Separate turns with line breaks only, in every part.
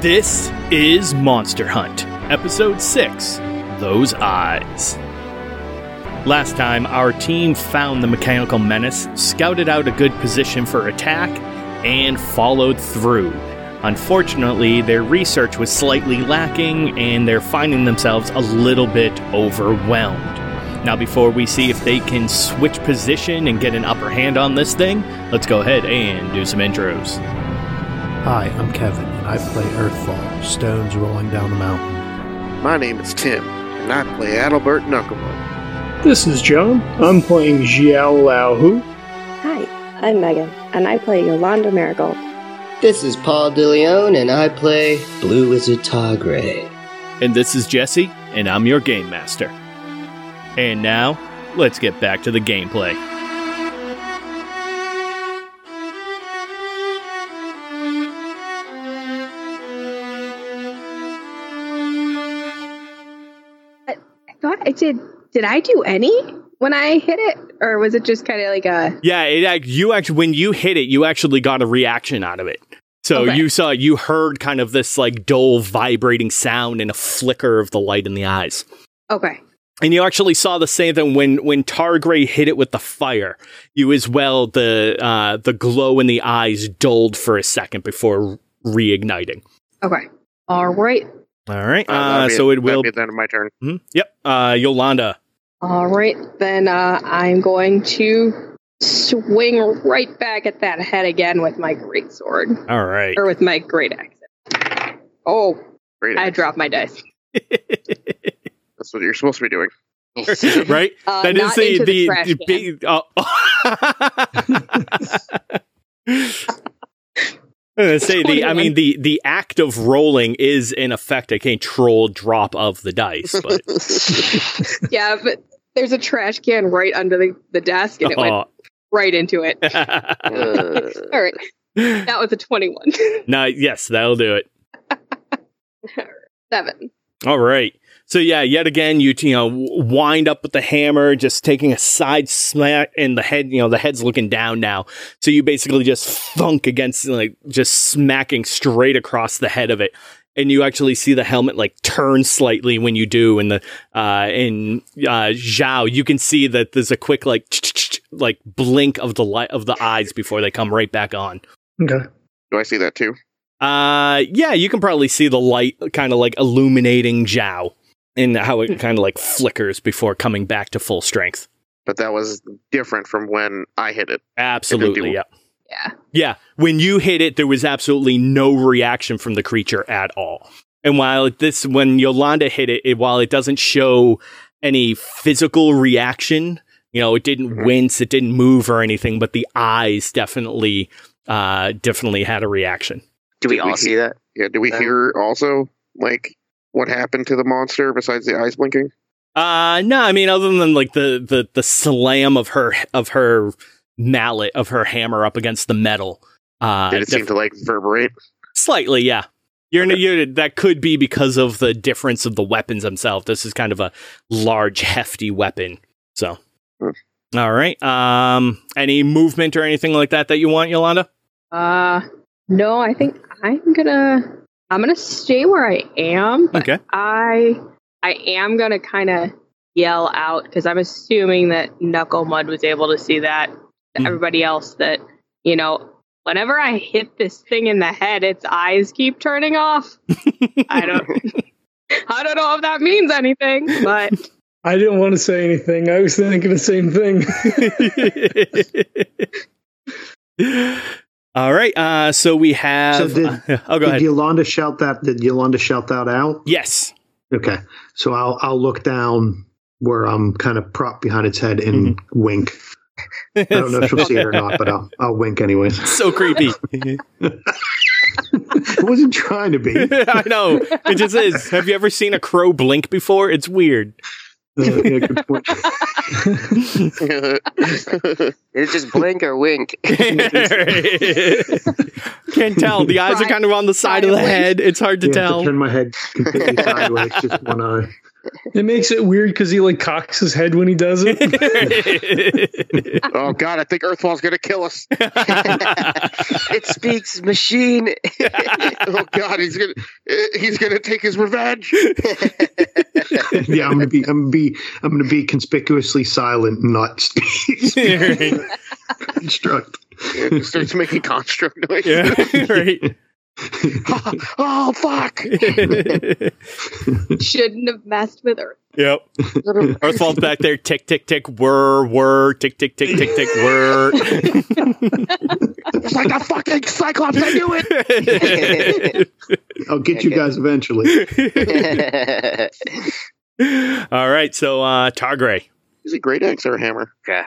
This is Monster Hunt, Episode 6 Those Eyes. Last time, our team found the mechanical menace, scouted out a good position for attack, and followed through. Unfortunately, their research was slightly lacking, and they're finding themselves a little bit overwhelmed. Now, before we see if they can switch position and get an upper hand on this thing, let's go ahead and do some intros.
Hi, I'm Kevin, and I play Earthfall, Stones Rolling Down the Mountain.
My name is Tim, and I play Adalbert Knucklebone.
This is John. I'm playing Xiao Lao Hu.
Hi, I'm Megan, and I play Yolanda Marigold.
This is Paul DeLeon, and I play Blue Wizard Tigre.
And this is Jesse, and I'm your game master. And now, let's get back to the gameplay.
I thought I did. Did I do any when I hit it, or was it just kind of like a?
Yeah, it act- you actually when you hit it, you actually got a reaction out of it. So
Okay.
you saw you heard kind of this like dull vibrating sound and a flicker of the light in the eyes.
Okay,
And you actually saw the same thing when when Targray hit it with the fire. You as well the uh, the glow in the eyes dulled for a second before reigniting.
okay, all right,
All right.
that'll
Uh,
be
so it
That'll
will.
be the end of my turn.
Mhm. Yep. Uh, Yolanda.
all right. Then uh, I'm going to swing right back at that head again with my great sword
All right.
or with my great axe. Oh,
Great.
I dropped my dice.
That's what you're supposed to be doing.
right?
Uh,
That is
not
the,
into
the,
trash
the
can.
big. Oh. I'm gonna say the. I mean the the act of rolling is in effect a control drop of the dice, but
yeah, but there's a trash can right under the, the desk, and it
Uh-huh.
went right into it.
Uh,
All right, that was a twenty-one.
no, yes, that'll do it.
Seven.
All right. So yeah, yet again, you you know w- wind up with the hammer, just taking a side smack, and the head you know the head's looking down now. So you basically just thunk against like just smacking straight across the head of it, and you actually see the helmet like turn slightly when you do. And the uh, in uh, Zhao, you can see that there's a quick like like blink of the light of the eyes before they come right back on.
Okay.
do I see that too?
Uh, yeah, you can probably see the light kind of like illuminating Zhao and how it kind of like flickers before coming back to full strength.
But that was different from when I hit it.
Absolutely, yeah.
Yeah.
Yeah, when you hit it, there was absolutely no reaction from the creature at all. And while it- this, when Yolanda hit it, it while it doesn't show any physical reaction, you know, it didn't
Mhm.
wince, it didn't move or anything, but the eyes definitely, uh, definitely had a reaction.
Do we
Did
all
hear-
see that?
Yeah. Do we
No.
hear also like what happened to the monster besides the eyes blinking?
Uh no, I mean other than like the the the slam of her of her mallet of her hammer up against the metal. Uh
Did it seem
def-
to like reverberate?
slightly, yeah. You're, you're that could be because of the difference of the weapons themselves. This is kind of a large hefty weapon. So
Hmm.
All right. Um any movement or anything like that that you want, Yolanda?
Uh, no, I think I'm gonna I'm gonna stay where I am. But
Okay.
I I am gonna kind of yell out because I'm assuming that Knuckle Mud was able to see that. to
Mhm.
Everybody else that you know, whenever I hit this thing in the head, its eyes keep turning off. I don't. I don't know if that means anything, but
I didn't want to say anything. I was thinking the same thing.
All right. Uh so we have
did-
uh, Oh, go
did
ahead.
Yolanda shout that? Did Yolanda shout that out?
yes.
Okay, so
Mm-hmm.
I'll I'll look down where I'm kind of propped behind its head and wink. I don't know if she'll see it or not, but I'll, I'll wink anyways.
so creepy.
I wasn't trying to be.
I know. It just is. Have you ever seen a crow blink before? It's weird.
Uh, yeah, good point.
It's just blink or wink.
Can't tell. The eyes are kind of on the side of the head. It's hard to
Yeah,
tell.
turn my head completely sideways, just one eye.
It makes it weird because he like cocks his head when he does it.
oh god, I think Earthfall's gonna kill us.
It speaks machine.
Oh god, he's gonna eh, he's gonna take his revenge.
Yeah, I'm gonna be, I'm gonna be, I'm gonna be conspicuously silent, and not speak, construct.
It just starts making construct noise.
yeah, right.
oh fuck!
Shouldn't have messed with Earth.
yep. Earthfall's back there. Tick, tick, tick. Whir, whir. Tick, tick, tick, tick, tick. Whir.
It's like a fucking cyclops. I knew it.
I'll get you
Okay.
guys eventually.
All right. So, uh, Targray.
Is it great axe or a hammer?
Okay.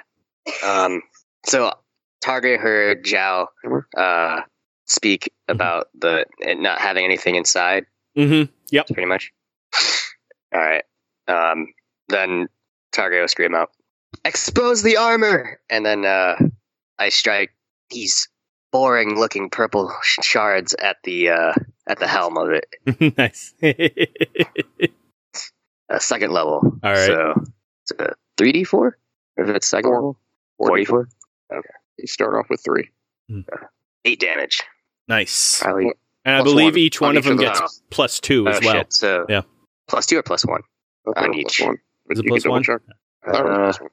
Um, so Target heard Zhao uh, speak about the it not having anything inside,
Mm-hmm.
pretty much. All right. Um, then Target will scream out, "Expose the armor!" And then uh, I strike these boring-looking purple sh- shards at the uh, at the helm of it.
nice.
A second level.
All right.
So it's a three d four. If it's second
Four.
level, forty four.
You start off with three.
Eight damage.
nice.
Probably
And I
Plus
believe
one
each
on
one of
each
them
of
gets
those.
plus two as
oh,
well.
Shit, so
Yeah.
plus two or plus one?
I thought
On
it was
each.
plus one. But
Is it
you
plus
can double
one?
check. I thought it was
Uh,
plus one.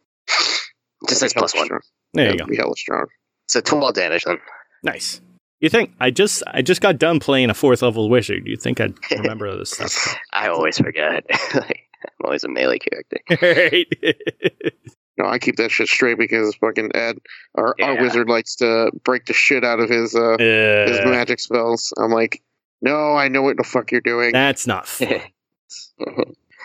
Just says
That'd be
plus
hella
one.
strong.
There you
That'd
go.
Be hella strong.
So twelve damage then.
Nice. You think I just I just got done playing a fourth level wizard? You think I'd remember this stuff?
I always forget. like, I'm always a melee character.
right.
No, I keep that shit straight because fucking Ed, our, our
Yeah.
wizard, likes to break the shit out of his uh, his
Uh,
magic spells. I'm like, no, I know what the fuck you're doing.
that's not. Fun.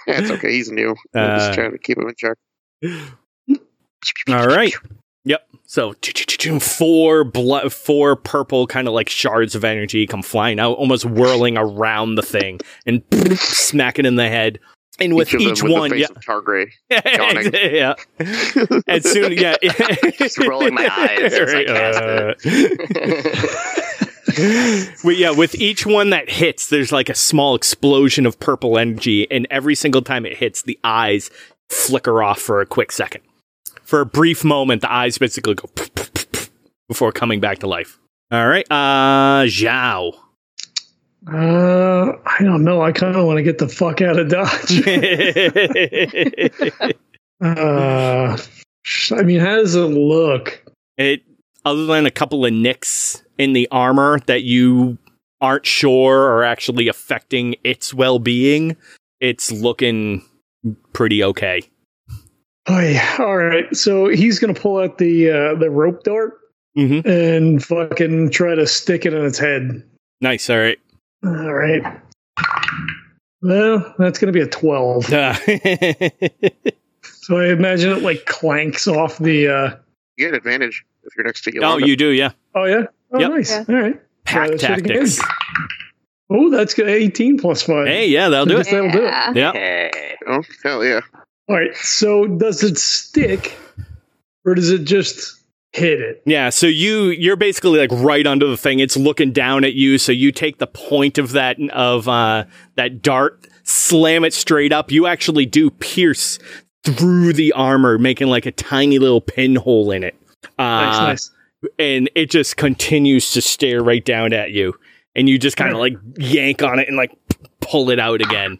That's okay. He's new. I'm
Uh,
just trying to keep him in check.
All right. Yep. So four blo- four purple kind of like shards of energy come flying out, almost whirling around the thing and smack it in the head. And with
of them
each,
with
one,
the
yeah,
face of Targray.
yeah, as soon, yeah,
Just rolling my eyes as I cast
uh, Well, yeah, with each one that hits, there's like a small explosion of purple energy, and every single time it hits, the eyes flicker off for a quick second. For a brief moment, the eyes basically go pff, pff, pff, pff, before coming back to life. All right, uh, Zhao.
Uh, I don't know. I kind of want to get the fuck out of Dodge.
it,
Uh, I mean, how does it look?
other than a couple of nicks in the armor that you aren't sure are actually affecting its well-being, it's looking pretty okay.
Oh yeah. All right. So he's gonna pull out the uh, the rope dart
Mhm.
Mm-hmm. and fucking try to stick it in its head.
Nice. All right.
All right. Well, that's gonna be a twelve.
Uh,
So I imagine it like clanks off the. Uh,
You get advantage if you're next to
oh,
Yolanda.
you do, yeah.
oh yeah. Oh
Yep.
nice.
Yeah.
All right.
Pack
Uh, shoot again.
tactics.
Oh, that's good. Eighteen plus five.
Hey, yeah, that'll
So
do
just
it.
That'll do it.
Yeah.
Hey.
Oh, hell yeah.
All right. So does it stick, or does it just hit it?
Yeah. So you you're basically like right under the thing. It's looking down at you. So you take the point of that of uh, that dart, slam it straight up. You actually do pierce through the armor, making like a tiny little pinhole in it. Uh,
Nice, nice.
and it just continues to stare right down at you. And you just kind of like yank on it and like pull it out again.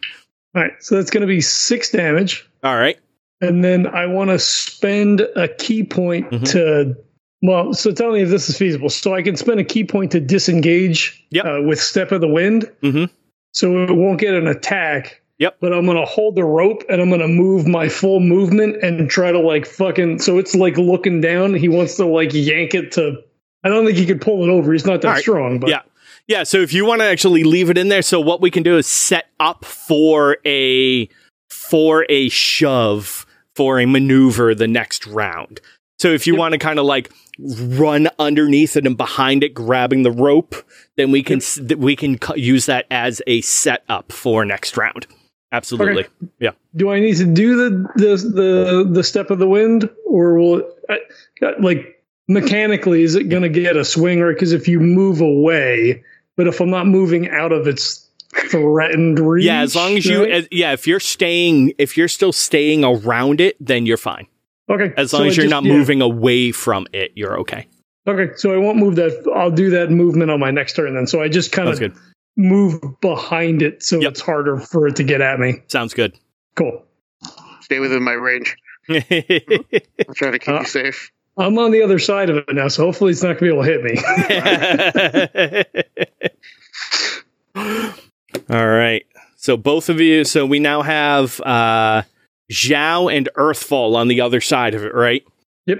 All right. So that's going to be six damage,
All right.
and then I want to spend a key point
Mhm.
to. Well, so tell me if this is feasible. So I can spend a key point to disengage
Yep.
uh, with Step of the Wind,
Mhm.
so it won't get an attack.
Yep.
But I'm gonna hold the rope and I'm gonna move my full movement and try to like fucking. So it's like looking down. He wants to like yank it to. I don't think he could pull it over. He's not that
All right.
strong. But
Yeah. Yeah, so if you want to actually leave it in there, so what we can do is set up for a for a shove for a maneuver the next round. So if you want to kind of like run underneath it and behind it, grabbing the rope, then we can s- th- we can cu- use that as a setup for next round. Absolutely.
Do I need to do the the the, the step of the wind, or will it, I, like mechanically is it going to get a swing? Right, because if you move away, but if I'm not moving out of its threatened reach,
Yeah, as long as you,
right?
as, yeah, if you're staying, if you're still staying around it, then you're fine.
okay,
As long
so
as
I
you're
just-
not
yeah.
moving away from it, you're okay.
Okay, so I won't move that. I'll do that movement on my next turn then. So I just kind
Sounds
of
good.
move behind it, so
Yep.
it's harder for it to get at me.
Sounds good.
Cool.
Stay within my range. I'll try to keep
Uh,
you safe.
I'm on the other side of it now, so hopefully it's not going to be able to hit me.
All right. So both of you. So we now have uh, Zhao and Earthfall on the other side of it, right?
Yep.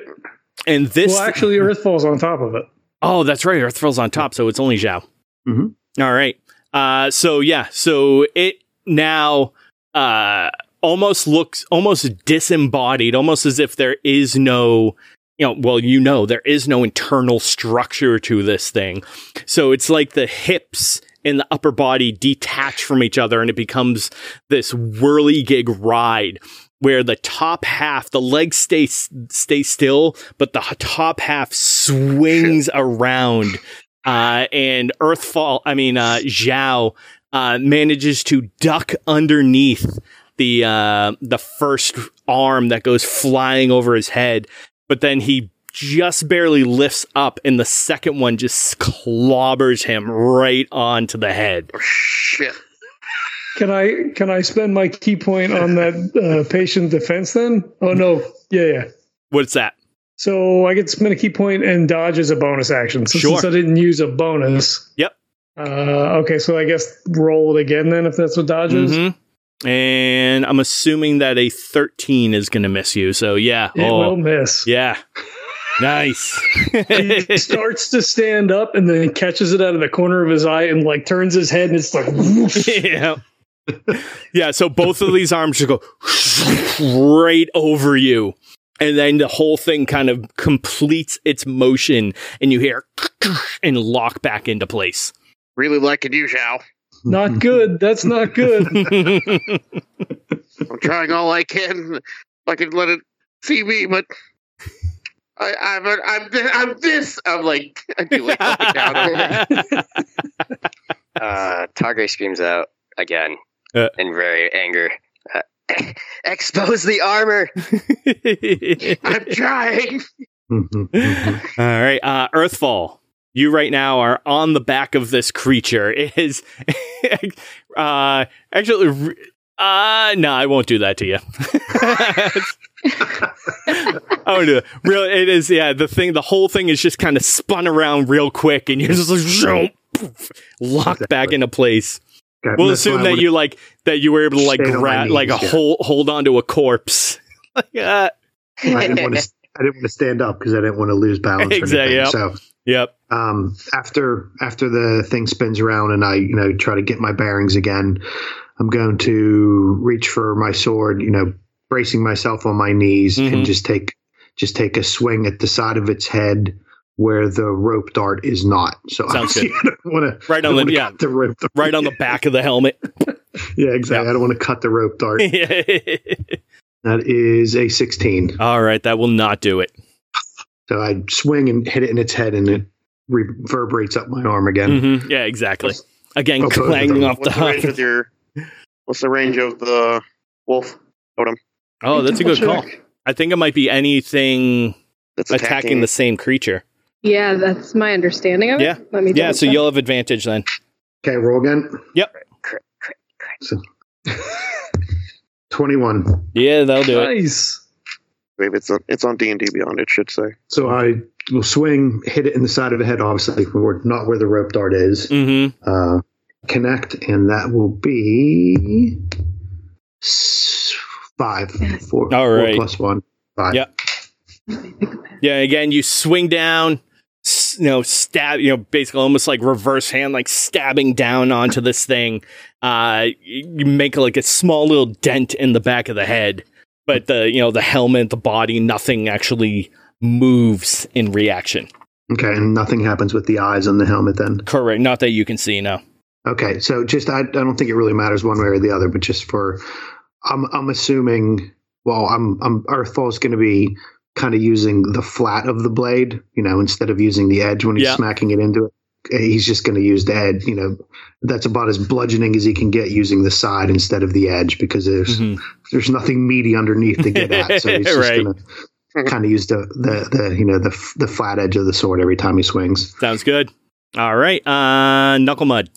And this.
well, actually, Earth falls on top of it.
oh, that's right. Earthfall's on top, so it's only Zhao.
Mhm.
All right. Uh, so yeah. So it now uh, almost looks almost disembodied, almost as if there is no. You know, well, you know, there is no internal structure to this thing. So it's like the hips and the upper body detach from each other and it becomes this whirligig ride where the top half, the legs stay stay still, but the h- top half swings around. Uh, and Earthfall, I mean, uh, Zhao, uh, manages to duck underneath the, uh, the first arm that goes flying over his head but then he just barely lifts up and the second one just clobbers him right onto the head.
Oh, shit.
Can I can I spend my key point on that uh, patient defense then? Oh no, yeah, yeah.
What's that?
So I get to spend a key point and dodge as a bonus action. So
Sure.
since I didn't use a bonus.
Yep.
Uh, okay, so I guess roll it again then if that's what dodge is.
Mhm. And I'm assuming that a 13 is going to miss you. So yeah.
It
oh,
will miss.
yeah. Nice.
He starts to stand up and then catches it out of the corner of his eye and like turns his head and it's like whoosh.
yeah. Yeah, so both of these arms just go right over you. And then the whole thing kind of completes its motion and you hear and lock back into place.
Really liking you, Zhao.
not good. That's not good.
I'm trying all I can. I can let it see me, but I, I'm a, I'm thi- I'm this. I'm like I do like up and down.
Uh, Targay screams out again
Uh.
in very anger. Uh, Expose the armor.
I'm trying.
Mm-hmm.
All right, uh, Earthfall. You right now are on the back of this creature. It is uh, actually. re- Uh, no, I won't do that to you. I won't do that. Real, it is. Yeah, the thing, the whole thing is just kind of spun around real quick, and you're just like, zoom, poof, locked back
Exactly.
into place.
Okay,
We'll
that's
assume
why I
that you like that you were able to like
Stayed on my
grab,
knees,
like a
yeah.
hold hold onto a corpse. like, uh,
wouldn't- I didn't want to. I didn't want to stand up because I didn't want to lose balance.
Exactly,
Or
yep.
anything. So
yep.
um, after after the thing spins around and I you know try to get my bearings again, I'm going to reach for my sword. You know, bracing myself on my knees
Mhm.
and just take just take a swing at the side of its head where the rope dart is not. So
Sounds
obviously I don't want to
Right on the- yeah.
the rope dart.
Right on the back of the helmet.
yeah exactly.
yeah.
I don't want to cut the rope dart. that is a 16.
All right, that will not do it.
So I swing and hit it in its head, and it reverberates up my arm again.
Mhm. Yeah, exactly. Again,
Oh, both of
clanging
them.
off the
What's the range
hop.
of your? What's the range of the wolf?
Oh, that's a good
Double
call. I think it might be anything
That's
attacking, the same creature.
Yeah, that's my understanding of it.
Yeah.
Let me
Yeah, so
double
you'll have advantage then.
Okay, roll again.
Mm-hmm. Yep.
Crit,
So- 21.
Yeah, that'll do it.
nice.
Wait, it's on it's on D and D Beyond. It should say.
So I will swing, hit it in the side of the head, obviously, where, not where the rope dart is.
Mm-hmm.
Uh, connect, and that will be s- five. Four,
All
four
right.
plus one. Five.
Yep. Yeah, again, you swing down, s- you know, stab, you know, basically almost like reverse hand, like stabbing down onto this thing. Uh, y- you make like a small little dent in the back of the head, but the, you know, the helmet, the body, nothing actually moves in reaction.
Okay, and nothing happens with the eyes on the helmet then.
Correct. Not that you can see, no.
Okay, so just I, I don't think it really matters one way or the other, but just for I'm I'm assuming well I'm I'm Earthfall's going to be kind of using the flat of the blade, you know, instead of using the edge when he's
Yeah.
smacking it into it. Uh, He's just going to use the edge, you know. That's about as bludgeoning as he can get using the side instead of the edge because there's
Mm-hmm.
there's nothing meaty underneath to get at. So he's just
Right.
going to kind of use the, the the you know the f- the flat edge of the sword every time he swings.
Sounds good. All right. Uh, Knuckle Mud.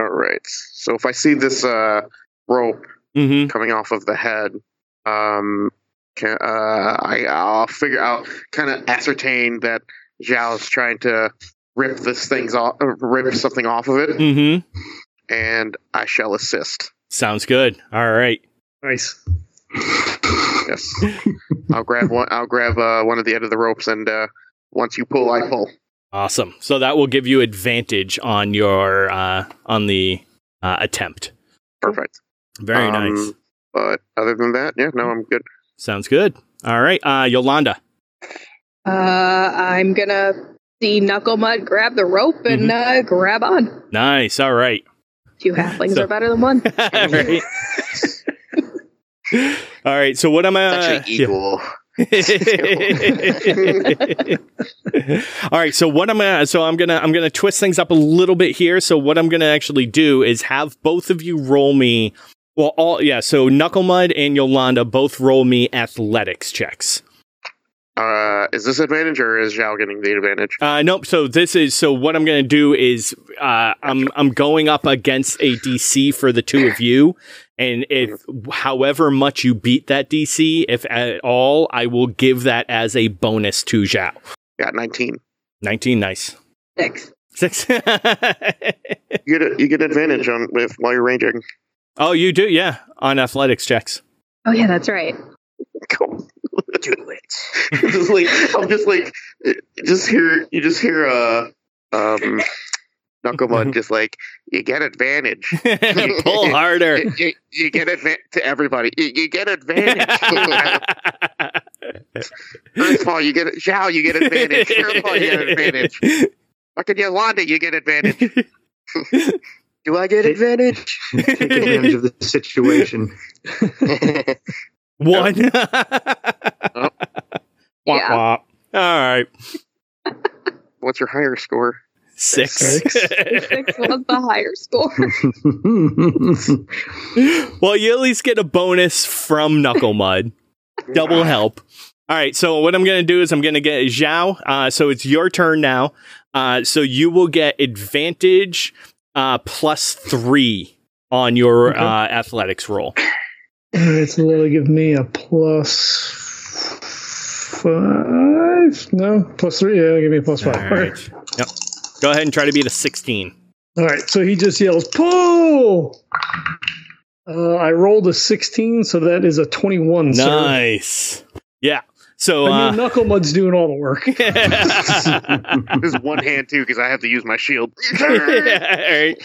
All right. So if I see this uh, rope
Mm-hmm.
coming off of the head, um, can, uh, I, I'll figure out, kind of ascertain that Zhao's trying to rip this thing's off, uh, rip something off of it,
Mm-hmm.
and I shall assist.
Sounds good. All right.
Nice.
Yes, I'll grab one. I'll grab uh, one of the end of the ropes, and uh, once you pull, I pull.
Awesome. So that will give you advantage on your uh, on the uh, attempt.
Perfect.
Very
Um,
nice.
But other than that, yeah, no, I'm good.
Sounds good. All right. Uh, Yolanda.
Uh, I'm gonna see Knuckle Mud grab the rope and
Mm-hmm.
uh, grab on.
Nice. All right.
Two halflings
So-
are better than one.
right. All right. So what am I?
It's
uh,
actually
yeah.
equal.
All right, so what I'm gonna, so I'm gonna, I'm gonna twist things up a little bit here. So what I'm gonna actually do is have both of you roll me. Well, all yeah. So Knucklemud and Yolanda both roll me athletics checks.
Uh, is this advantage or is Zhao getting the advantage?
Uh, nope. So this is so what I'm gonna do is uh, I'm I'm going up against a DC for the two of you, and if however much you beat that DC, if at all, I will give that as a bonus to Zhao.
Got 19.
19, nice.
Six.
Six.
You get a, you get advantage on with while you're ranging.
oh, you do, yeah. On athletics checks.
Oh yeah, that's right.
Go do it. just like I'm just like just hear you just hear uh um Knucklemon just like you get advantage.
Pull harder.
You, you- you get advantage to everybody. You, you get advantage. First of all, you get Zhao, you get advantage. First of all, you get advantage. Fucking Yolanda, you get advantage.
Do I get advantage?
Take advantage of the situation.
One.
Oh.
Wah,
Yeah.
wah. All right.
What's your higher score?
Six.
Six was the higher score.
well, you at least get a bonus from Knuckle Mud. Double help. All right. So what I'm going to do is I'm going to get Zhao. Uh, so it's your turn now. Uh, so you will get advantage uh, plus three on your
Okay.
uh, athletics roll.
All right, so that'll give me a plus five. No, plus three. Yeah, it'll give me a plus
All
five. All right.
right. Yep. Go ahead and try to beat a 16.
All right, so he just yells, pull! Uh, I rolled a 16, so that is a 21, sir.
Nice. Yeah. So. Uh,
I mean, Knuckle Mud's doing all the work.
This is one hand too, because I have to use my shield.
All right.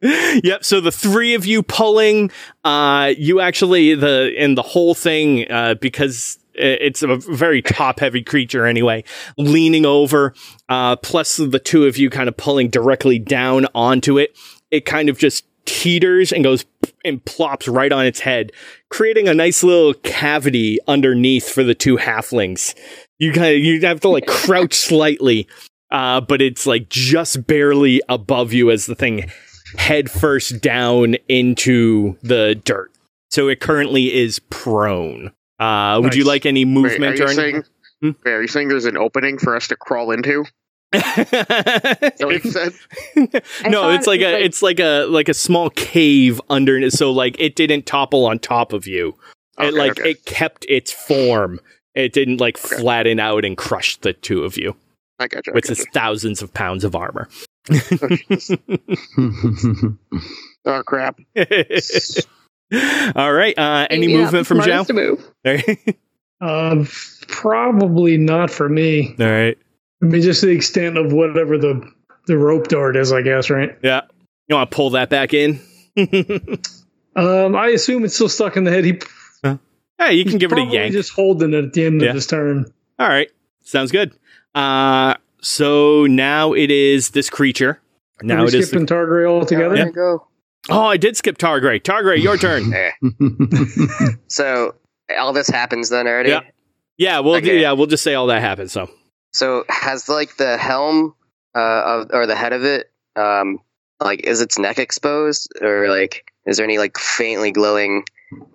yep. So the three of you pulling, uh, you actually the in the whole thing uh, because i- it's a very top heavy creature anyway. Leaning over, uh, plus the two of you kind of pulling directly down onto it. It kind of just teeters and goes and plops right on its head, creating a nice little cavity underneath for the two halflings. You kind of you have to like crouch slightly uh, but it's like just barely above you as the thing head first down into the dirt. So it currently is prone. Uh, Would you
Nice.
like any
Wait,
movement
are
or
you
anything?
saying?
Hmm?
Wait, Are you saying there's an opening for us to crawl into? Is that what you said?
I
no,
thought
it's like
it
a
was like-
it's like a like a small cave under so like it didn't topple on top of you.
Okay,
it like
okay.
it kept its form. It didn't like
Okay.
flatten out and crush the two of you
I gotcha. I
with
gotcha.
its thousands of pounds of armor.
Oh crap!
All right. Uh, any
Yeah,
movement from Joe?
smartest to move.
All right.
Uh, probably not for me.
All right.
I mean, just the extent of whatever the, the rope dart is, I guess, right?
Yeah. You want to pull that back in? hey,
Um, I assume it's still stuck in the head. He
you can give it a
probably
yank.
just holding it at the end
Yeah.
of his turn.
All right. Sounds good. Uh, so now it is this creature. Now
Are we
it is. The,
skipping Targaryen altogether.
There we go.
oh, I did skip Targray. Targray, your turn.
Eh. So all this happens then already.
Yeah. Yeah, we'll do.
Okay.
Yeah, we'll just say all that happened. So
So has like the helm uh, of, or the head of it, um, like is its neck exposed or like is there any like faintly glowing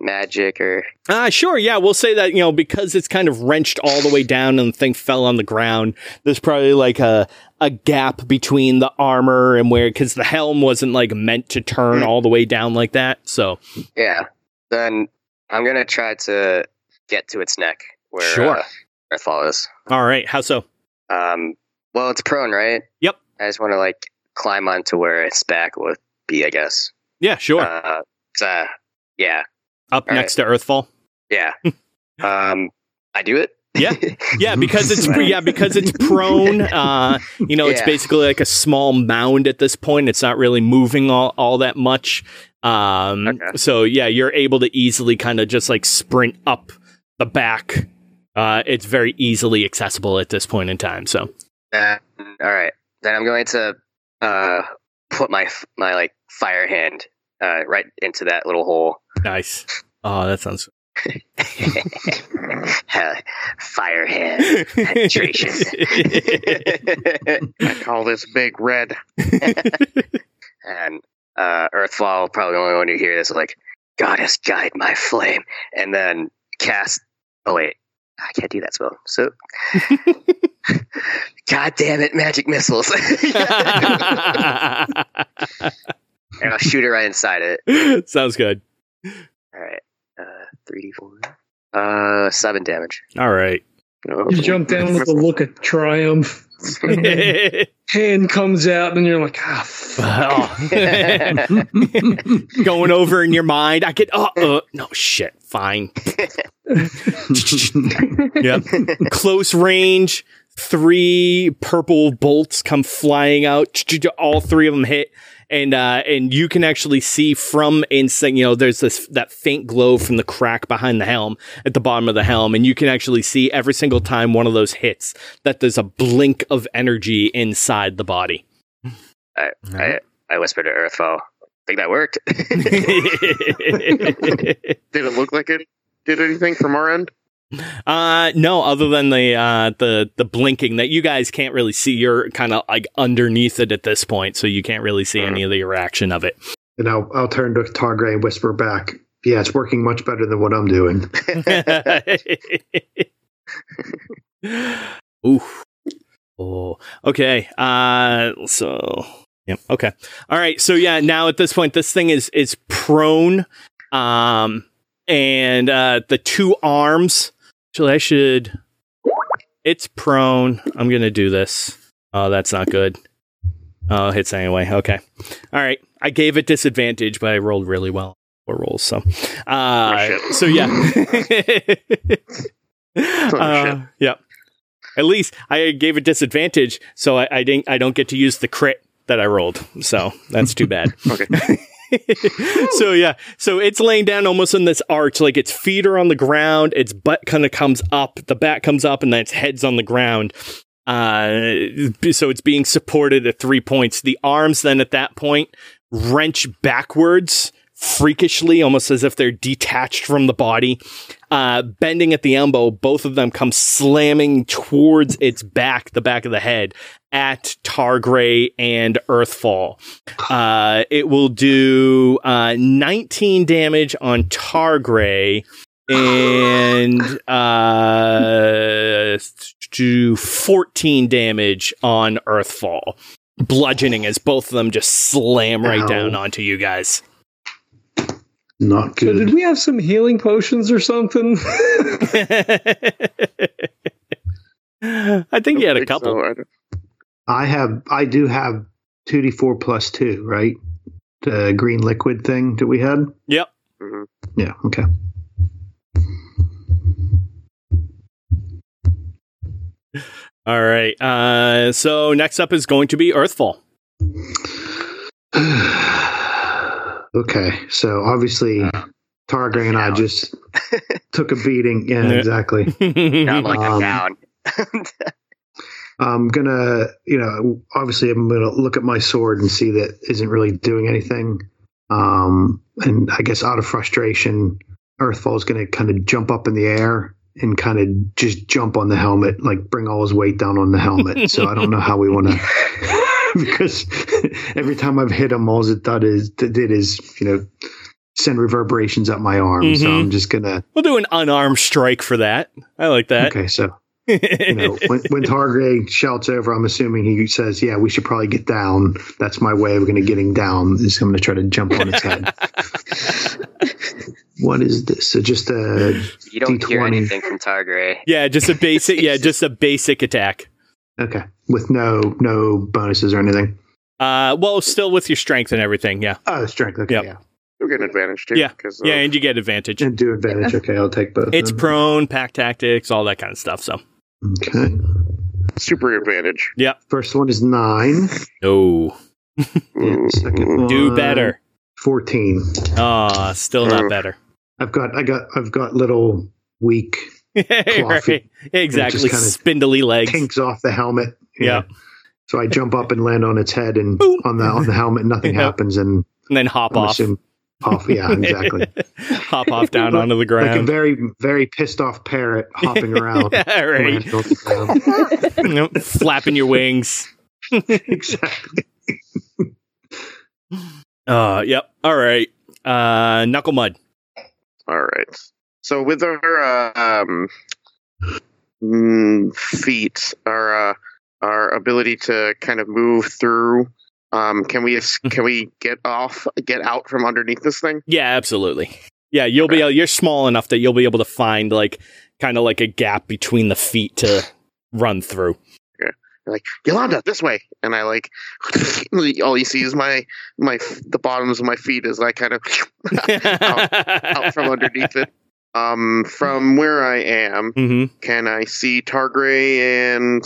magic or
Uh, sure. Yeah, we'll say that you know because it's kind of wrenched all the way down and the thing fell on the ground. There's probably like a a gap between the armor and where because the helm wasn't like meant to turn
Mm.
all the way down like that. So
yeah? Then I'm gonna try to get to its neck where
Sure.
uh, Earthfall is.
all right, how so?
Um, well, it's prone, right?
Yep.
I just want to like climb onto where its back would be, I guess.
Yeah, sure.
Uh, it's, uh, yeah,
Up
all
next to Earthfall.
yeah. um, I do it.
Yeah. Yeah,
Mm-hmm.
because it's yeah because it's prone. Uh, you know, it's
Yeah.
basically like a small mound at this point. It's not really moving all all that much. Um,
Okay.
so yeah, you're able to easily kind of just like sprint up the back. Uh, it's very easily accessible at this point in time. So
Uh, all right. Then I'm going to uh, put my my like fire hand uh, right into that little hole.
nice. Oh, that sounds
fire hand penetration.
I call this big red.
and uh, Earthfall probably the only one who hear this like, Goddess guide my flame, and then cast. Oh wait, I can't do that spell. So, God damn it, magic missiles, and I'll shoot it right inside it.
sounds good.
All right, uh, three d four, uh, seven damage.
All right.
Oh,
You jump down with a look of triumph. And then hand comes out, and you're like, ah, fuck.
Oh. going over in your mind. I could, oh, uh, no, shit, fine. Yep. Close range, three purple bolts come flying out. All three of them hit. And, uh, and you can actually see from inside, you know, there's this, that faint glow from the crack behind the helm at the bottom of the helm. And you can actually see every single time one of those hits that there's a blink of energy inside the body.
I, I, I whispered to Earthfall, "Think that worked?"
Did it look like it did anything from our end?
Uh, no, other than the uh, the the blinking that you guys can't really see. You're kind of like underneath it at this point, so you can't really see any of the reaction of it.
and I'll, I'll turn to Targray and whisper back, yeah, it's working much better than what I'm doing.
Ooh. Oh. Okay. Uh. So. Yep. Okay. All right. So yeah. Now at this point, this thing is is prone. Um. And uh, the two arms. Actually, I should. It's prone. I'm gonna do this. Oh, that's not good. Oh, it hits anyway. Okay. All right. I gave it disadvantage, but I rolled really well. Four rolls. So. Uh.
shit.
so yeah. Uh, yeah. At least I gave a disadvantage, so I, I didn't. I don't get to use the crit that I rolled. So that's too bad.
Okay.
so yeah, so it's laying down almost in this arch, like its feet are on the ground, its butt kind of comes up, the back comes up, and then its head's on the ground. Uh, so it's being supported at three points. The arms then at that point wrench backwards freakishly, almost as if they're detached from the body. Uh, bending at the elbow, both of them come slamming towards its back, the back of the head, at Targray and Earthfall. Uh, it will do uh, 19 damage on Targray and uh, do 14 damage on Earthfall. Bludgeoning as both of them just slam right
Ow.
down onto you guys.
Not
So
good.
did we have some healing potions or something?
I think you had
Think
a
so,
couple.
I don't-
I have, I do have 2d4 plus 2, right? The green liquid thing that we had? Mm-hmm.
Yep.
Mhm.
Yeah, okay.
All right. Uh, so next up is going to be Earthfall.
okay, so obviously Targray and I just took a beating. Yeah,
Yeah.
exactly.
Not like I'm
Um,
down.
I'm gonna, you know, obviously I'm gonna look at my sword and see that isn't really doing anything. Um, and I guess out of frustration, Earthfall's gonna kind of jump up in the air and kind of just jump on the helmet, like bring all his weight down on the helmet. so I don't know how we want to, because every time I've hit him, all it done is did is you know send reverberations up my arm. So
Mhm.
I'm just gonna.
We'll do an unarmed strike for that. I like that.
Okay, so you know, when, when Targray shouts over, I'm assuming he says, "Yeah, we should probably get down." That's my way of going to getting down. Is I'm going to try to jump on his head. what is this? So just uh,
You don't hear
D20.
anything from Targray.
yeah, just a basic. Yeah, just a basic attack.
okay with no no bonuses or anything.
Uh, well, still with your strength and everything. Yeah,
Oh, strength. Okay,
Yep.
yeah,
You'll get an advantage too.
Yeah.
'cause,
Oh.
uh,
yeah, and you get advantage.
and do advantage. Okay, I'll take both.
It's
then.
prone, pack tactics, all that kind of stuff. So
Okay,
super advantage.
first one is nine.
no,
Yeah, second one,
do better.
Fourteen.
Ah, still not
Oh.
Mm.
better.
I've got I got I've got little weak
Right.
feet.
Exactly,
It just kinda
spindly legs.
tinks off the helmet. you
Yeah.
know. So I jump up and land on its head, and
Boom.
on the on the helmet, nothing
Yeah.
happens, and
and then hop
I'm
off.
assuming- off. Yeah, exactly.
hop off down
Like-
onto the
like a
ground.
very very pissed off parrot hopping around.
yeah, right.
Land on the ground.
Oh,
Nope, flapping your wings.
exactly.
Uh, yep. All right. Uh, knuckle mud.
All right. So with our uh, um, mm, feet, our uh, our ability to kind of move through, um, can we es-
Mm-hmm.
can we get off, get out from underneath this thing?
Yeah, absolutely. Yeah, you'll be you're small enough that you'll be able to find like kind of like a gap between the feet to run through.
Yolanda, this way. And I like all you see is my my the bottoms of my feet as I kind of out from underneath it. Um, from where I am,
hmm
can I see Targray and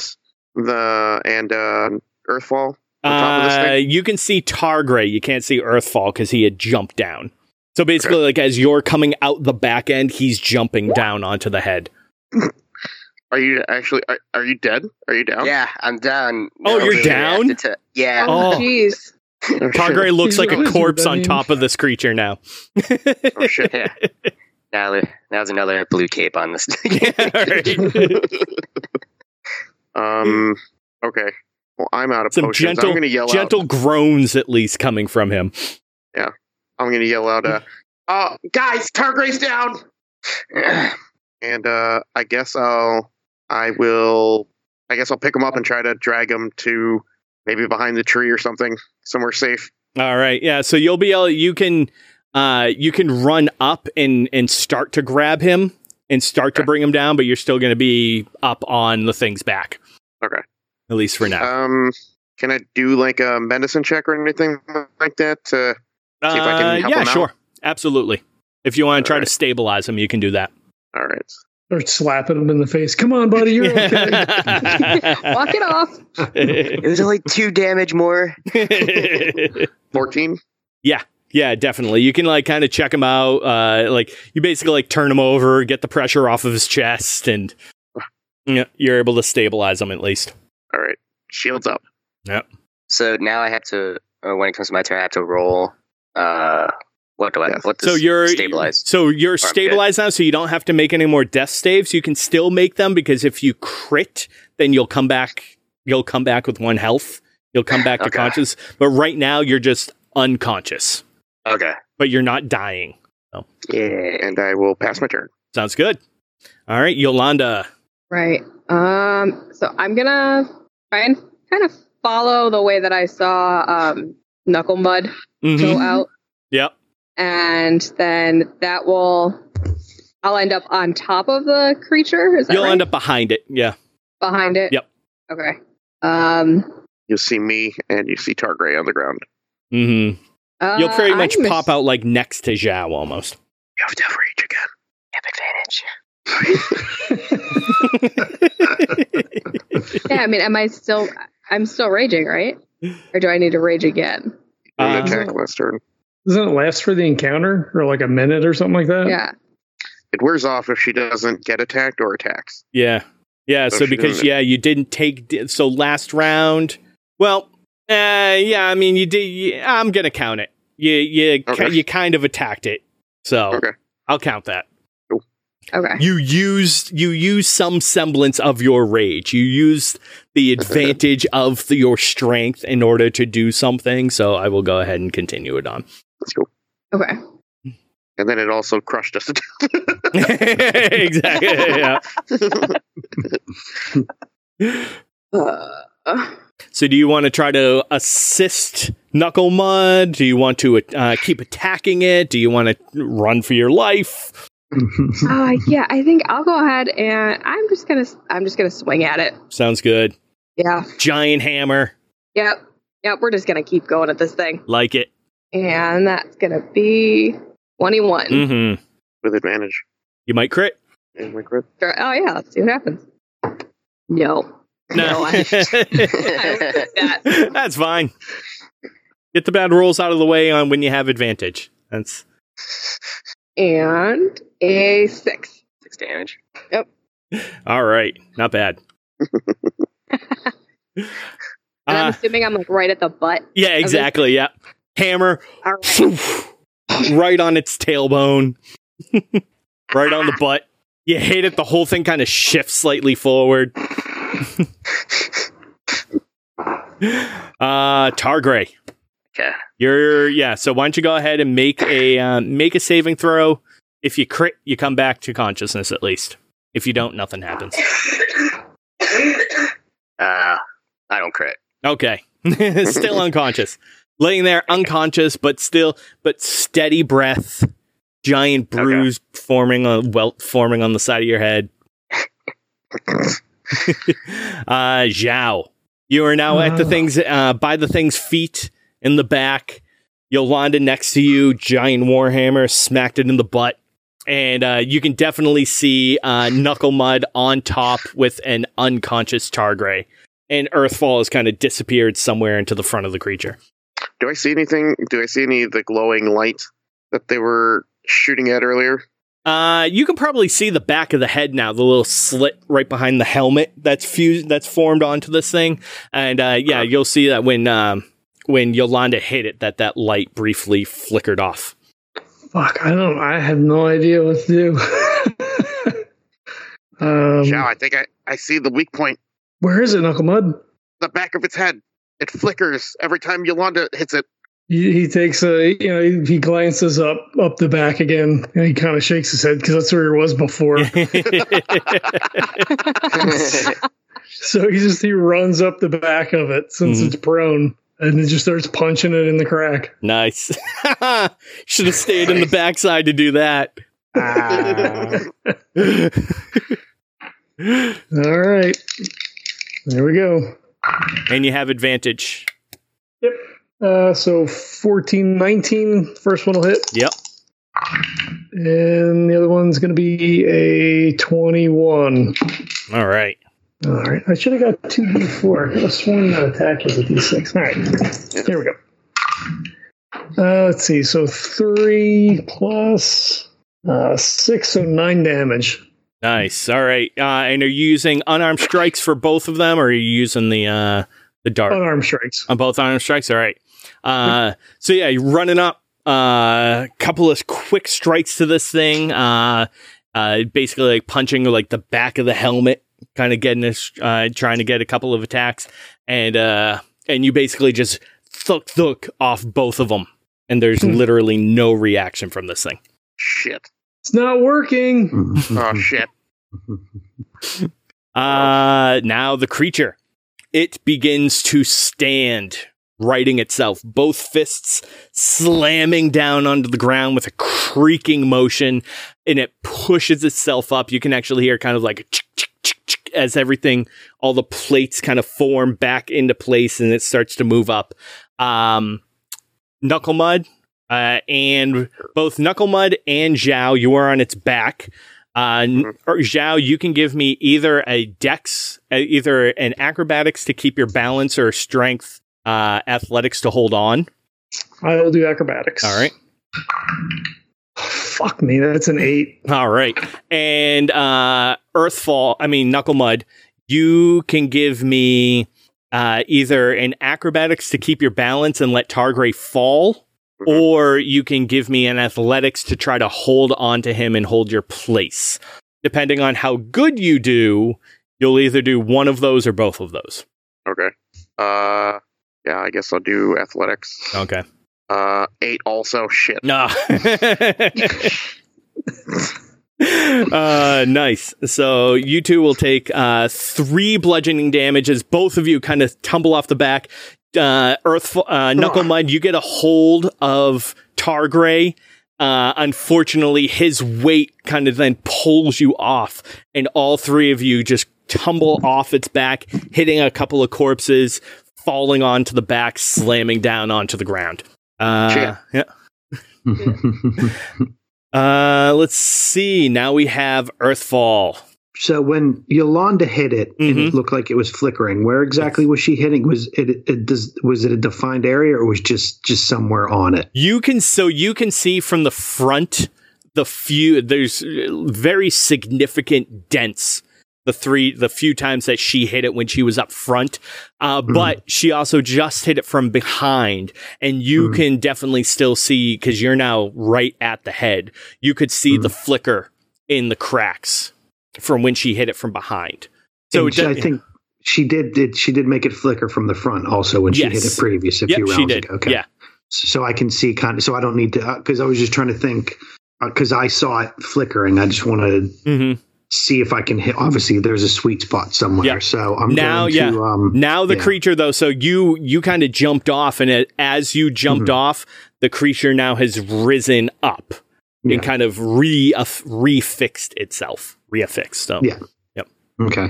the and uh, Earthfall? on top of this
Uh,
thing?
you can see Targray. You can't see Earthfall because he had jumped down. So basically, like as you're coming out the back end, he's jumping down onto the head.
Are you actually are, are you dead? Are you down?
Yeah, I'm down.
Oh, you're
really
down?
reacted to- yeah.
Oh.
Oh, jeez.
Oh,
Targray
shit.
looks
He's
like
a
a
wizard,
corpse
I
on
mean.
top of this creature now.
Oh shit.
Yeah. Now there- now's another blue cape on this.
Yeah, right.
Um. Okay. Well, I'm out of
Some
potions.
gentle-
I'm gonna yell
Gentle
out.
groans, at least, coming from him.
I'm gonna yell out. Uh, oh, guys, Targray's down. and uh, I guess I'll. I will. I guess I'll pick him up and try to drag him to maybe behind the tree or something, somewhere safe.
All right, yeah. So you'll be able, you can, uh, you can run up and and start to grab him and start to
Okay.
bring him down, but you're still going to be up on the thing's back.
Okay.
at least for now.
Um. Can I do like a medicine check or anything like that? Uh, To, see if I can help
Uh, yeah,
him out?
sure, absolutely. If you want to try
All
to stabilize him, you can do that.
all right.
Start slapping him in the face. Come on, buddy, you're okay.
Walk it off.
it was only two damage more.
Fourteen.
yeah, definitely. You can like kind of check him out. Uh, like you basically like turn him over, get the pressure off of his chest, and you know, you're able to stabilize him at least.
All right. Shields up.
So now I have to, uh, when it comes to my turn, I have to roll. Uh, what do I?
Yes.
What does
so you're
stabilize?
So you're
good.
stabilized now, so you don't have to make any more death saves. You can still make them because if you crit, then you'll come back. You'll come back with one health. You'll come back to
Okay.
conscious. But right now, you're just unconscious,
Okay.
but you're not dying.
Yeah.
And I will pass my turn.
Sounds good. All right, Yolanda.
Right. Um. So I'm gonna try and kind of follow the way that I saw um Knuckle Mud
Mhm.
go out,
Yep.
and then that will. I'll end up on top of the creature. Is that
You'll
right?
end up behind it. Yeah.
behind it.
Yep.
Okay. Um.
You'll see me and you see Targray on the ground.
hmm You'll
uh,
pretty much
I'm
pop out like next to Zhao almost.
You have to have rage again.
Have advantage.
Yeah, I mean, am I still? I'm still raging, right? Or do I need to rage again?
You have an
Uh,
attack last turn.
Doesn't it last for the encounter or like a Uh, minute or something like that?
Yeah.
It wears off if she doesn't get attacked or attacks.
yeah. Yeah,
So
so
she
because
didn't-
yeah, you didn't take d- so last round. Well, uh, yeah, I mean you did. You, I'm gonna count it. You you ki-
Okay.
you kind of attacked it, so
Okay.
I'll count that.
Okay.
You used you used some semblance of your rage. You used the advantage of the, your strength in order to do something. So I will go ahead and continue it on.
That's cool.
Okay.
And then it also crushed us to
exactly. yeah.
death.
Uh,
So, do you want to try to assist Knuckle Mud? Do you want to uh, keep attacking it? Do you want to run for your life?
uh, yeah, I think I'll go ahead and I'm just gonna I'm just gonna swing at it.
Sounds good.
Yeah.
Giant hammer,
Yep. Yep. We're just gonna keep going at this thing,
like it.
and that's gonna be 21.
Mm-hmm.
With advantage.
You might crit.
And my crit.
Sure. Oh yeah. Let's see what happens. No. No, I- I would hit that.
That's fine. Get the bad rolls out of the way on when you have advantage. That's
And a six.
Six damage.
all right. Not bad.
And I'm
Uh,
assuming I'm like right at the butt.
yeah, exactly. Yeah, hammer
All right.
right on its tailbone, right on the butt. You hit it, the whole thing kind of shifts slightly forward. uh, Targray,
Okay.
you're yeah. So why don't you go ahead and make a uh, make a saving throw? If you crit, you come back to consciousness at least. If you don't, nothing happens.
Uh, I don't crit.
Okay. still unconscious. Laying there unconscious, but still but steady breath, giant
Okay.
bruise forming a welt forming on the side of your head. uh Zhao. You are now at the
Ah.
things uh by the thing's feet in the back. Yolanda next to you, giant warhammer, smacked it in the butt. And uh, you can definitely see uh, Knuckle Mud on top with an unconscious Targray and Earthfall has kind of disappeared somewhere into the front of the creature.
Do I see anything? Do I see any of the glowing light that they were shooting at earlier?
Uh, you can probably see the back of the head now, the little slit right behind the helmet that's fused, that's formed onto this thing, and uh, yeah, you'll see that when um, when Yolanda hit it, that that light briefly flickered off.
Fuck, I don't. I have no idea what to do. um,
Zhao, I think I, I see the weak point.
where is it, Uncle Mud?
The back of its head. It flickers every time Yolanda hits it.
He, he takes a, you know, he, he glances up up the back again, and he kind of shakes his head because that's where he was before. so he just he runs up the back of it since
Mhm.
it's prone, and then just starts punching it in the crack.
nice. Should have stayed in the backside to do that. and
All right, there we go.
you have advantage.
Uh, so 14, 19, first one will hit.
Yep.
And the other one's going to be a 21.
All right.
All right. I should have got 2d4. I could have sworn that uh, attack was a d6. All right. Here we go. Uh, let's see. So 3 plus uh, 6, so 9 damage.
Nice. All right. Uh, and are you using unarmed strikes for both of them, or are you using the uh, the dart
Unarmed strikes.
on both unarmed strikes? All right. Uh, so yeah, you're running up a couple of quick strikes to this thing. Uh, uh, basically, like punching like the back of the helmet, kind of getting this, uh, trying to get a couple of attacks, and uh, and you basically just thuk thuk off both of them, and there's
Hmm.
literally no reaction from this thing.
Shit.
It's not working.
Hmm.
Oh, shit.
Uh, now the creature. It begins to stand, righting itself, both fists slamming down onto the ground with a creaking motion, and it pushes itself up. You can actually hear kind of like a chick, chick, chick, chick, as everything, all the plates kind of form back into place, and it starts to move up. Um, Knuckle Mud, uh, and both Knuckle Mud and Zhao, you are on its back. Uh, n- or Zhao, you can give me either a dex, uh, either an acrobatics to keep your balance or strength, uh, athletics to hold on.
I will do acrobatics.
All right.
Fuck me, that's an eight.
All right. And uh Earthfall, I mean Knuckle Mud, you can give me uh either an acrobatics to keep your balance and let Targray fall,
Mhm.
or you can give me an athletics to try to hold on to him and hold your place. Depending on how good you do, you'll either do one of those or both of those.
Okay. Uh, yeah, I guess I'll do athletics.
Okay.
Uh, eight also. Shit.
No. uh, nice. So you two will take uh, three bludgeoning damages. Both of you kind of tumble off the back. Uh, Earth uh, Knuckle Mud, you get a hold of Targray. Uh, unfortunately, his weight kind of then pulls you off, and all three of you just tumble off its back, hitting a couple of corpses, falling onto the back, slamming down onto the ground. Uh,
Cheer.
yeah. Uh, let's see. Now we have Earthfall.
so when Yolanda hit it, and
Mm-hmm.
it looked like it was flickering. Where exactly was she hitting? Was it, it does, was it a defined area, or was just just somewhere on it?
You can so you can see from the front the few there's uh, very significant dents. The three the few times that she hit it when she was up front, uh,
Hmm.
but she also just hit it from behind, and you
Mhm.
can definitely still see because you're now right at the head. You could see
Hmm.
the flicker in the cracks from when she hit it from behind. So
And
it
I
do-
think she did, did she did make it flicker from the front also when she
Yes.
hit it previous a
yep,
few rounds
she did.
ago. Okay,
Yeah,
so I can see kind of. So I don't need to because I was just trying to think because I saw it flickering. I just want to
mm-hmm.
see if I can hit. Obviously, there's a sweet spot somewhere.
Yeah.
So I'm
Now,
going
yeah.
to. Um,
Now the
Yeah.
creature though, so you you kind of jumped off, and it, as you jumped
Mm-hmm.
off, the creature now has risen up
Yeah.
and kind of re aff- refixed itself, reaffixed. So
Yeah. okay,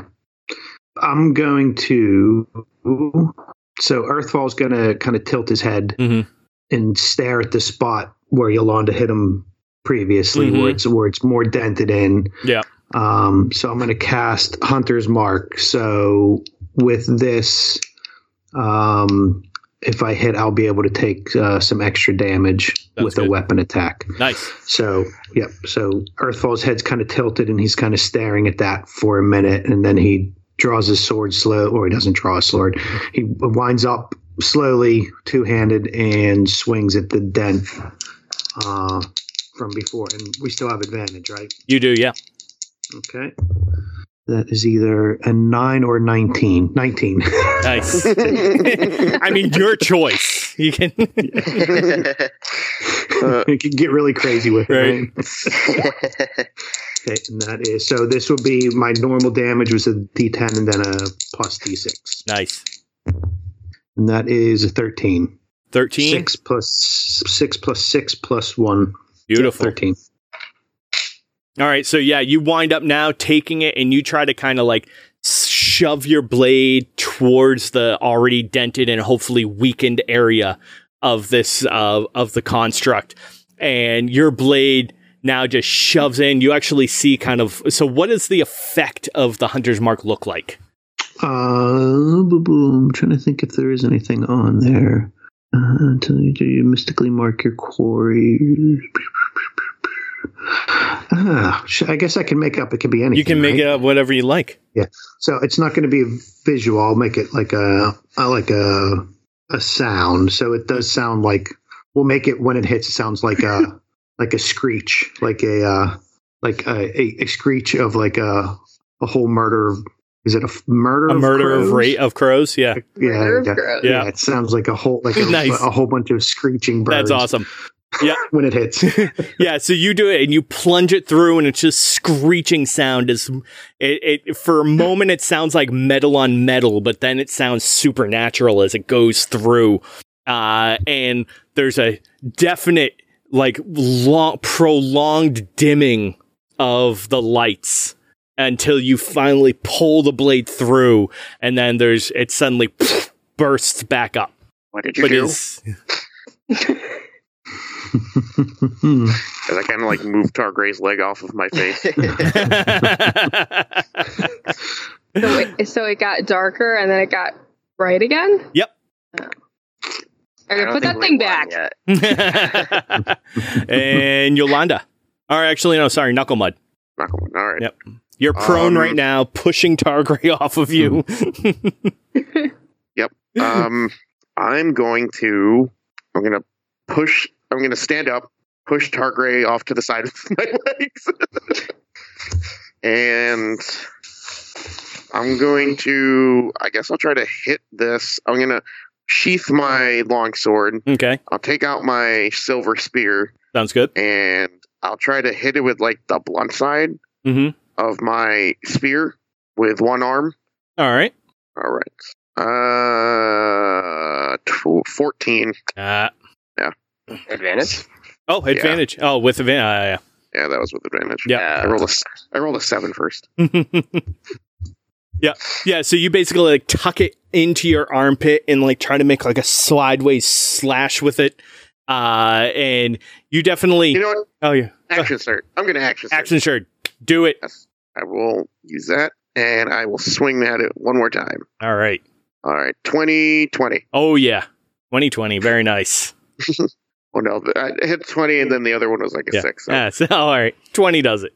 I'm going to. So Earthfall's going to kind of tilt his head
Mhm.
and stare at the spot where Yolanda hit him previously, where
Mhm.
it's where it's more dented in.
Yeah.
Um, so I'm going to cast Hunter's Mark. So with this, um, if I hit, I'll be able to take uh, some extra damage
Sounds
with a
good.
weapon attack.
nice.
So, yep. So Earthfall's head's kind of tilted and he's kind of staring at that for a minute. And then he draws his sword slow, or he doesn't draw a sword. He winds up slowly, two handed, and swings at the dent uh, from before. And we still have advantage, right?
You do, yeah.
Okay. That is either a 9 or 19. 19.
Nice.
Uh.
I mean, your choice. You can.
Uh,
it could get really crazy with it,
Right.
right. Okay, and that is so. This would be my normal damage was a D10 and then a plus D6,
nice.
and that is a 13.
Thirteen.
Six plus six plus six plus one.
Beautiful.
Thirteen.
All right, so yeah, you wind up now taking it and you try to kind of like shove your blade towards the already dented and hopefully weakened area of this uh, of the construct, and your blade now just shoves in. You actually see kind of so. What does the effect of the hunter's mark look like?
Uh, boom, boom. I'm trying to think if there is anything on there. Uh, until you do, you mystically mark your quarry. Ah, sh- I guess I can make up. It could be anything.
You can make
right?
it up whatever you like.
So it's not going to be visual. I'll make it like a uh, like a a sound. So it does sound like we'll make it when it hits. It sounds like a like a screech, like a uh, like a, a, a screech of like a a whole murder. of- Is it a f- murder?
A murder of
crows?
rate of crows. Yeah,
Yeah, yeah,
yeah,
yeah. It sounds like a whole like a,
Nice.
a whole bunch of screeching
that's
birds.
awesome.
When it hits,
yeah, so you do it and you plunge it through, and it's just screeching sound. Is it, it for a moment it sounds like metal on metal, but then it sounds supernatural as it goes through. Uh, and there's a definite, like, long, prolonged dimming of the lights until you finally pull the blade through, and then there's it suddenly bursts back up.
what did you
But
do?
it's
As I kind of like moved Targray's leg off of my face.
So it, so it got darker and then it got bright again?
Yep.
Oh. I'm going to put that thing back.
and Yolanda. Or actually, no, sorry, Knuckle Mud.
Knuckle Mud. All right.
Yep. You're prone
Um, Hmm.
right now, pushing Targray off of you.
Um, I'm going to. I'm going to push. I'm going to stand up, push Targray off to the side with my legs, and I'm going to. I guess I'll try to hit this. I'm going to sheath my longsword.
okay,
I'll take out my silver spear,
sounds good.
and I'll try to hit it with like the blunt side
Mhm.
of my spear with one arm.
All right.
All right. Uh, tw- 14.
Uh,
Advantage.
oh, advantage. Oh, with advantage.
Yeah, that was with advantage.
Yeah.
Uh,
I rolled a, s- I rolled a seven first.
yeah. yeah. Yeah. So you basically like tuck it into your armpit and like try to make like a sideways slash with it. Uh, and you definitely.
You know what?
oh, yeah.
Action cert. I'm going to action cert.
Action shirt. Do it.
I will use that and I will swing at it one more time.
All right.
All right. 20, 20.
Oh, yeah. 2020. Very nice.
Oh, no. th- I hit 20 and then the other one was like a
Yeah.
six. So
Yeah, so, all right. 20 does it.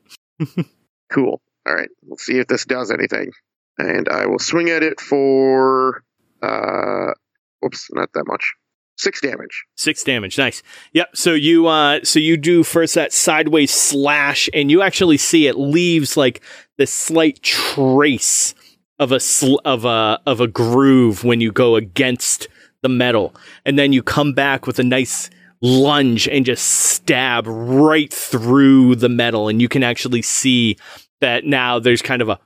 cool. All right. We'll see if this does anything. And I will swing at it for, uh, whoops, not that much. Six damage.
Six damage. Nice. Yep. So you uh so you do first that sideways slash and you actually see it leaves like this slight trace of a sl- of a of a groove when you go against the metal. And then you come back with a nice lunge and just stab right through the metal and you can actually see that now there's kind of a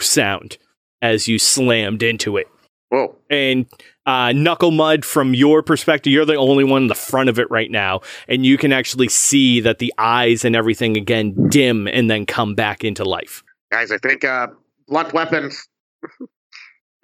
sound as you slammed into it
Whoa.
and uh, knuckle mud from your perspective you're the only one in the front of it right now and you can actually see that the eyes and everything again dim and then come back into life
guys, I think uh, blunt weapons.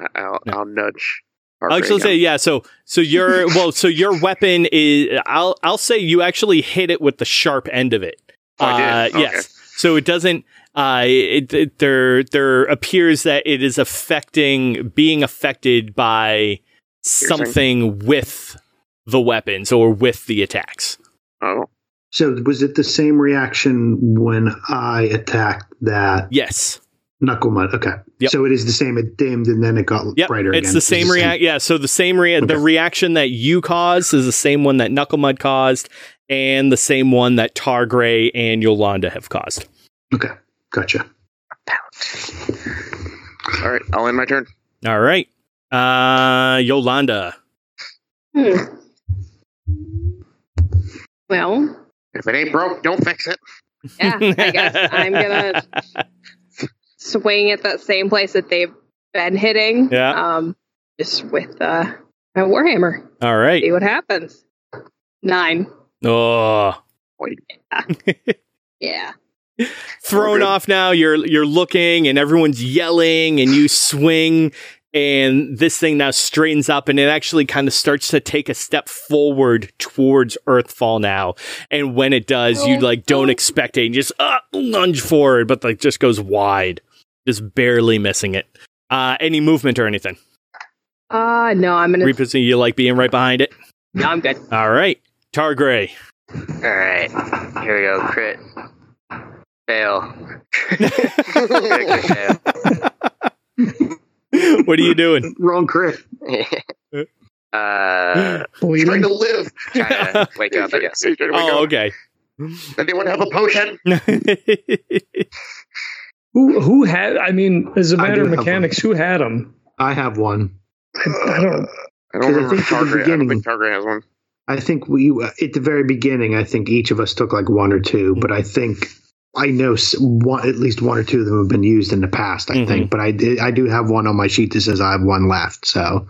Uh, I'll,
Yeah.
I'll nudge.
i'll actually say yeah so so your well so your weapon is i'll i'll say you actually hit it with the sharp end of it
Oh,
uh, yes. so it doesn't uh it, it- there there appears that it is affecting being affected by something with the weapons or with the attacks
Oh,
So was it the same reaction when I attacked that
yes
knuckle mud? Okay.
Yep.
So it is the same. It dimmed and then it got
Yep,
brighter
it's
again.
the same react. Yeah, so the same rea- the
Okay.
reaction that you caused is the same one that Knuckle Mud caused, and the same one that Targray and Yolanda have caused.
Okay. Gotcha.
all right. I'll end my turn.
All right, uh, Yolanda.
Hmm. Well,
If it ain't broke, don't fix it.
yeah, I guess I'm gonna swing at that same place that they've been hitting.
Yeah.
Um, just with uh, my warhammer.
All right.
See what happens. Nine.
Oh,
Yeah.
thrown
good.
off now. You're you're looking, and everyone's yelling, and you swing, and this thing now straightens up, and it actually kind of starts to take a step forward towards Earthfall now. And when it does, you like don't expect it, and you just uh, lunge forward, but like just goes wide, just barely missing it. Uh, any movement or anything?
Uh no, I'm gonna.
Reposition you like being right behind it.
no, I'm good.
All right, Targray.
All right. Here we go. Crit. Fail. Critically fail.
what are you doing?
Wrong crit.
uh,
Trying
Bleeding.
to live.
trying to wake up, I guess.
Trying to wake
Oh,
up.
okay.
Anyone have a potion?
Who who had? I mean, as a
I
matter
do
of
have one.
mechanics, who had them?
I have one.
I don't.
I don't
'Cause I
remember
think at the
Targray. I don't
beginning-
think Targray has one.
I think we at the very beginning. I think each of us took like one or two, but I think I know s- one, at least one or two of them have been used in the past. I
Mhm.
think, but I did, I do have one on my sheet that says I have one left. So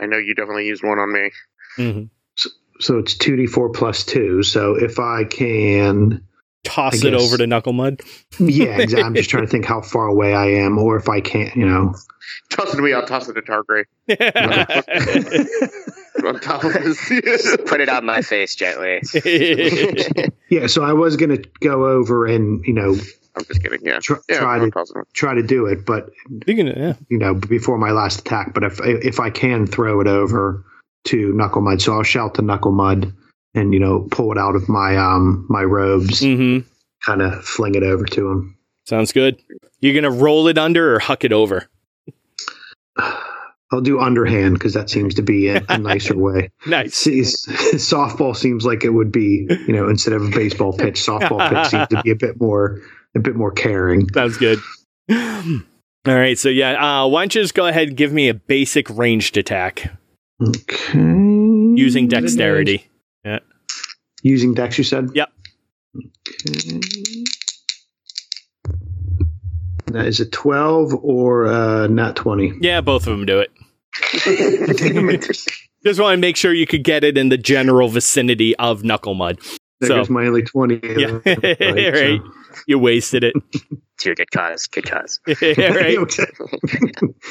I know you definitely used one on me.
Mhm.
so it's two d four plus two. So if I can,
Toss
I
it
guess.
over to Knuckle Mud.
yeah, exactly. I'm just trying to think how far away I am, or if I can't, you know.
Toss it to me. I'll toss it to Targray. On top of his.
Put it on my face gently.
Yeah, so I was gonna go over and you know
I'm just kidding. Yeah.
tr-
Yeah.
try
I'll
to
toss it.
try to do it, but you know before my last attack but if if i can throw it over to knuckle mud so i'll shout to knuckle mud and you know pull it out of my um my robes,
Mm-hmm.
kind of fling it over to him.
Sounds good. You're gonna roll it under or huck it over.
I'll do underhand because that seems to be a, a nicer way.
Nice.
See, s- softball seems like it would be you know instead of a baseball pitch, softball pitch seems to be a bit more a bit more caring.
Sounds good. All right, so yeah, uh, why don't you just go ahead and give me a basic ranged attack
Okay.
using
Mm-hmm.
dexterity?
using Dex, you said.
Yep.
Okay. That is a twelve or uh, not twenty.
Yeah, both of them do it.
Damn it.
Just want to make sure you could get it in the general vicinity of Knuckle Mud.
That
So-
goes my only twenty.
Yeah.
Right, so-
Right. You wasted it.
To your good cause, good cause.
right?
yeah, I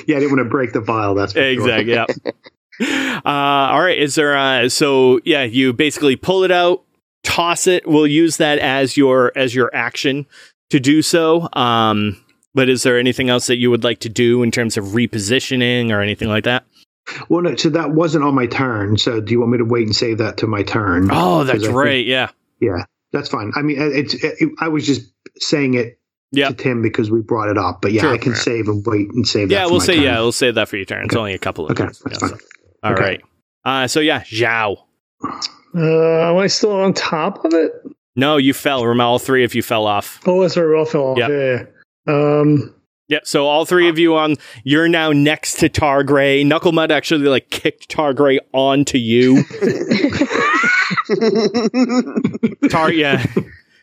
didn't want to break the vial. That's for sure.
Exactly. Yeah. Uh, all right. Is there? Uh, so yeah, you basically pull it out, toss it. We'll use that as your as your action to do so. Um, but is there anything else that you would like to do in terms of repositioning or anything like that?
Well, no, so that wasn't on my turn. So do you want me to wait and save that to my turn?
Oh,
Because
that's
I think-
right. Yeah.
yeah, that's fine. I mean, it- it's it, I was just saying it
Yeah.
to Tim because we brought it up. But yeah,
Sure.
I can save and wait and save. that
Yeah.
for
We'll
my
say
turn.
yeah. We'll save that for your turn. It's
Okay.
only a couple of
Okay,
turns.
that's
Yeah,
fine.
so- all
Okay.
right. Uh, so yeah, Zhao.
Uh, am I still on top of it?
No, you fell. Remember, all three of you fell off.
Oh, that's right. We all fell off.
Yeah.
Yeah. yeah. Um,
Yeah, so all three of you on you're now next to Targray. Knucklemud actually like kicked Targray onto you. Tar yeah.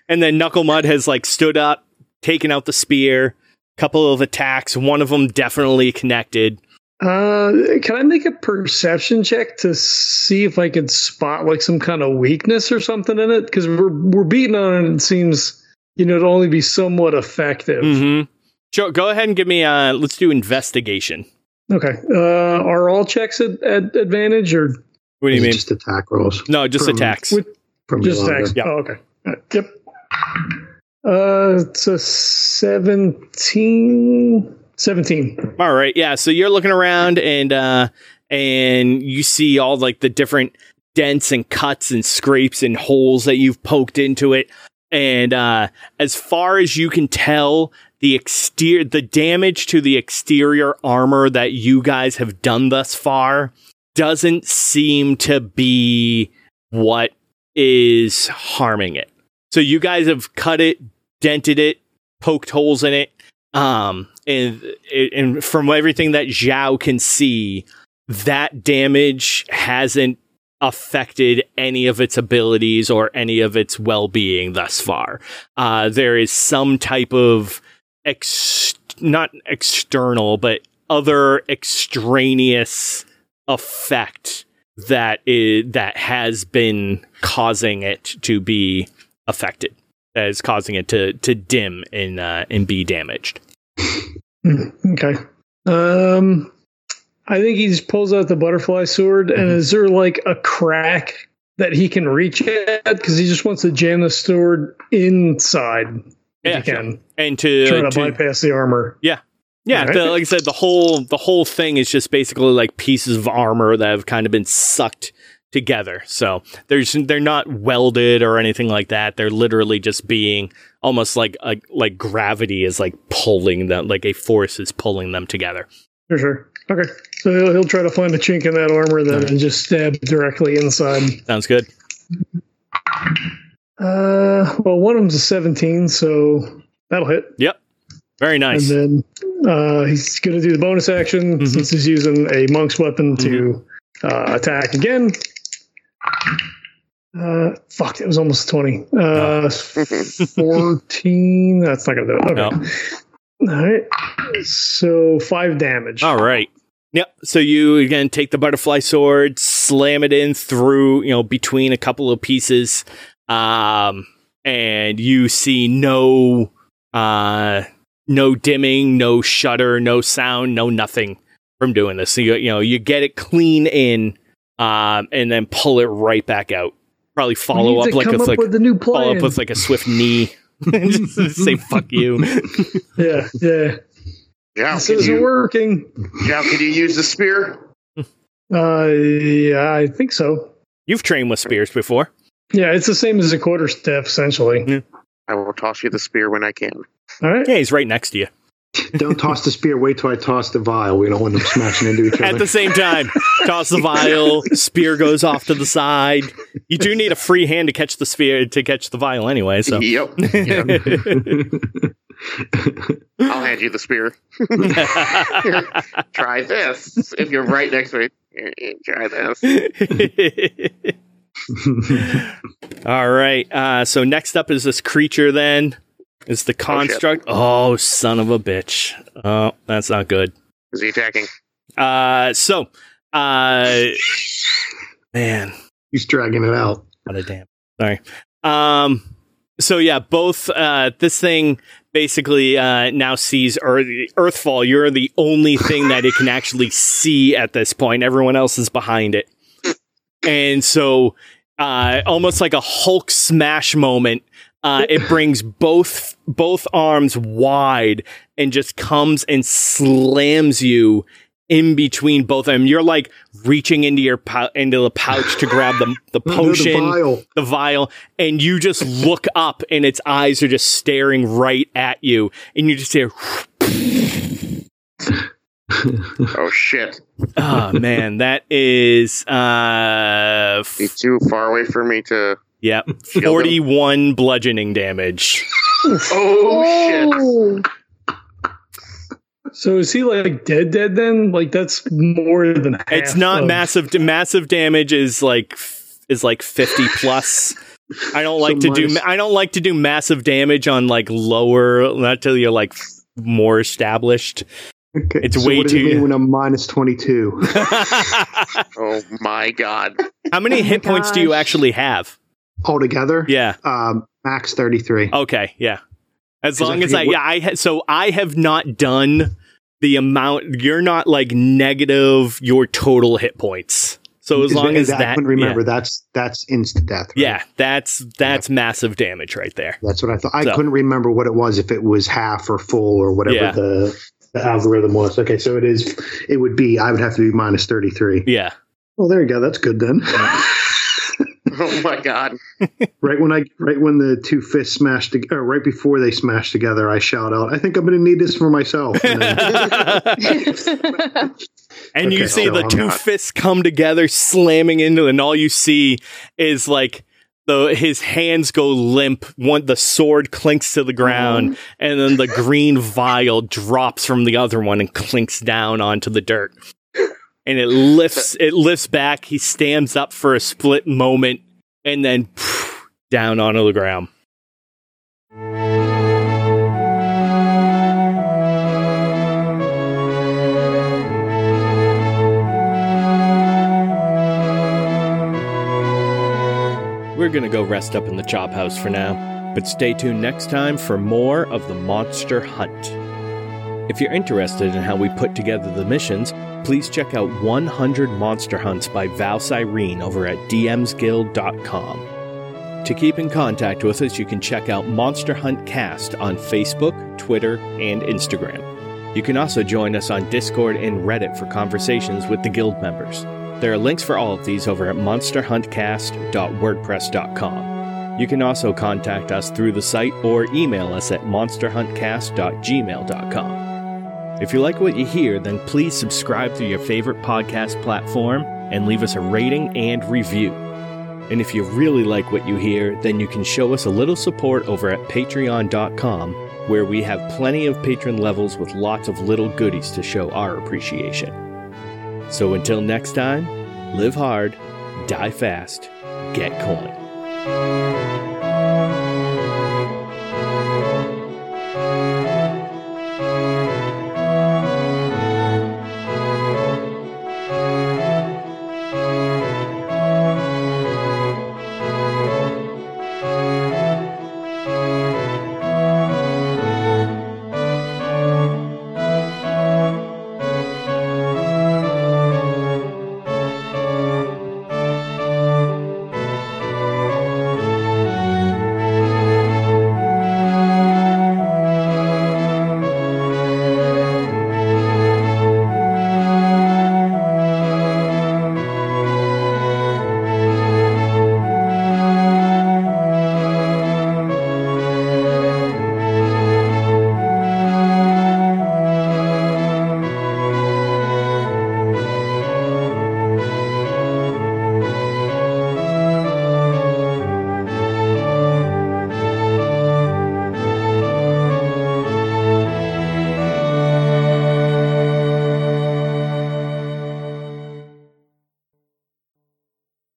And then Knucklemud has like stood up, taken out the spear, couple of attacks, one of them definitely connected.
uh, can I make a perception check to see if I can spot like some kind of weakness or something in it? Because we're we're beating on it. and It seems you know to only be somewhat effective.
Mm-hmm. Sure, go ahead and give me uh let's do investigation.
Okay. Uh, are all checks at, at advantage or
What do you
It's
mean?
Just attack rolls.
No, just
from-
attacks.
with-
From
just
Yolanda.
text?
Yeah.
Oh, okay. All right. Yep. Uh, it's a 17. 17.
All right, yeah. So you're looking around and uh and you see all like the different dents and cuts and scrapes and holes that you've poked into it. And uh as far as you can tell, the exterior the damage to the exterior armor that you guys have done thus far doesn't seem to be what is harming it. So you guys have cut it, dented it, poked holes in it, um, and and from everything that Zhao can see, that damage hasn't affected any of its abilities or any of its well being thus far. Uh, there is some type of ex- not external, but other extraneous effect that is that has been causing it to be affected that is causing it to to dim and uh, and be damaged.
Hmm, Okay. Um, I think he just pulls out the butterfly sword. And
Mhm.
is there like a crack that he can reach at? Because he just wants to jam the sword inside.
Yeah,
if he can.
And to,
Trying to
to-
bypass the armor.
yeah,
Alright.
the, like I said, the whole the whole thing is just basically like pieces of armor that have kind of been sucked together. So there's they're not welded or anything like that. They're literally just being almost like a, like gravity is like pulling them, like a force is pulling them together.
For sure. Okay. So he'll, he'll try to find a chink in that armor then
Alright.
and just stab directly inside.
Sounds good.
Uh, well, one of them's a 17, so that'll hit.
Very nice.
And then uh, he's going to do the bonus action
Mhm.
since he's using a monk's weapon to
Mm-hmm.
uh, attack again. Uh, fuck, it was almost 20. Uh, 14. That's not going to do it. Okay. All right. So five damage.
All right. Yep. So you again take the butterfly sword, slam it in through, you know, between a couple of pieces, um, and you see no, uh, no dimming, no shudder, no sound, no nothing from doing this. So you you know you get it clean in, um, and then pull it right back out. Probably
We
follow
need
up
to
like a
come up
like
with a new plan.
follow up with like a swift knee. Just say fuck you.
yeah, yeah.
Yeah,
This
can
isn't
Mm-hmm.
you,
working.
yeah, can you use the spear?
Uh, yeah, I think so.
You've trained with spears before.
Yeah, it's the same as a quarter staff essentially.
I will toss you the spear when I can.
All right.
Yeah, he's right next to you
Don't toss the spear. Wait till I toss the vial. We don't want them smashing into each
at
other.
the same time. Toss the vial. Spear goes off to the side. You do need a free hand to catch the spear to catch the vial anyway. So.
Yep. yep. I'll hand you the spear. Try this. If you're right next to me, eh, eh, try this.
All right. Uh, so next up is this creature. Then is the construct. Oh, son of a bitch! Oh, that's not good.
Is he attacking?
Uh, so, uh, man,
He's dragging it out.
what a damn. Sorry. Um. So yeah, both. Uh, this thing basically uh, now sees Earth, Earthfall. You're the only thing that it can actually see at this point. Everyone else is behind it, and so uh, almost like a Hulk smash moment. Uh, it brings both both arms wide and just comes and slams you in between both of them. You're like reaching into your pou- into the pouch to grab the the
The
potion
vial.
the vial and you just look up and its eyes are just staring right at you and you just hear
Oh shit!
oh man that is uh f-
He's too far away for me to.
yeah 41 bludgeoning damage
Oh
So is he like dead dead then? Like that's more than half
it's not
of-
massive d- massive damage is like f- is like 50 plus i don't like
So
to do
minus-
i don't like to do massive damage on like lower not till you're like f- more established
Okay.
It's
so
way
what does it
too-
mean when I'm minus 22?
how
shit! Oh my god!
many hit points do you actually have
Altogether?
yeah Oh,
Um, max 33.
Okay, yeah. As
'Cause I
long as
forget
I,
what-
yeah, I ha- so I have not done the amount. You're not like negative your total hit points. So as
Is
long
that-
as
I
that,
couldn't remember, that's that's instant death. right?
yeah, yeah, that's that's massive damage right there.
That's what I thought. I
So-
couldn't remember what it was if it was half or full or whatever
Yeah.
the, the algorithm was. Okay, so it is. It would be. I would have to be minus thirty three.
Yeah,
Well, there you go. That's good then.
Oh my god!
right when I right when the two fists smashed to, or right before they smashed together, I shout out, "I think I'm going to need this for myself." And then-
and you
Oh.
Okay,
see
so
the
I'm
two
not-
fists come together, slamming into, it, and all you see is like the his hands go limp. One the sword clinks to the ground, and then the green vial drops from the other one and clinks down onto the dirt. And it lifts, it lifts back. He stands up for a split moment, and then phew, down onto the ground. We're going to go rest up in the chop house for now, but stay tuned next time for more of the Monster Hunt. If you're interested in how we put together the missions, please check out 100 Monster Hunts by Val Cyrene over at dmsguild.com. To keep in contact with us, you can check out Monster Hunt Cast on Facebook, Twitter, and Instagram. You can also join us on Discord and Reddit for conversations with the guild members. There are links for all of these over at monsterhuntcast.wordpress.com. You can also contact us through the site or email us at monsterhuntcast.gmail.com. If you like what you hear, then please subscribe to your favorite podcast platform and leave us a rating and review. And if you really like what you hear, then you can show us a little support over at patreon.com, where we have plenty of patron levels with lots of little goodies to show our appreciation. So until next time, live hard, die fast, get coin.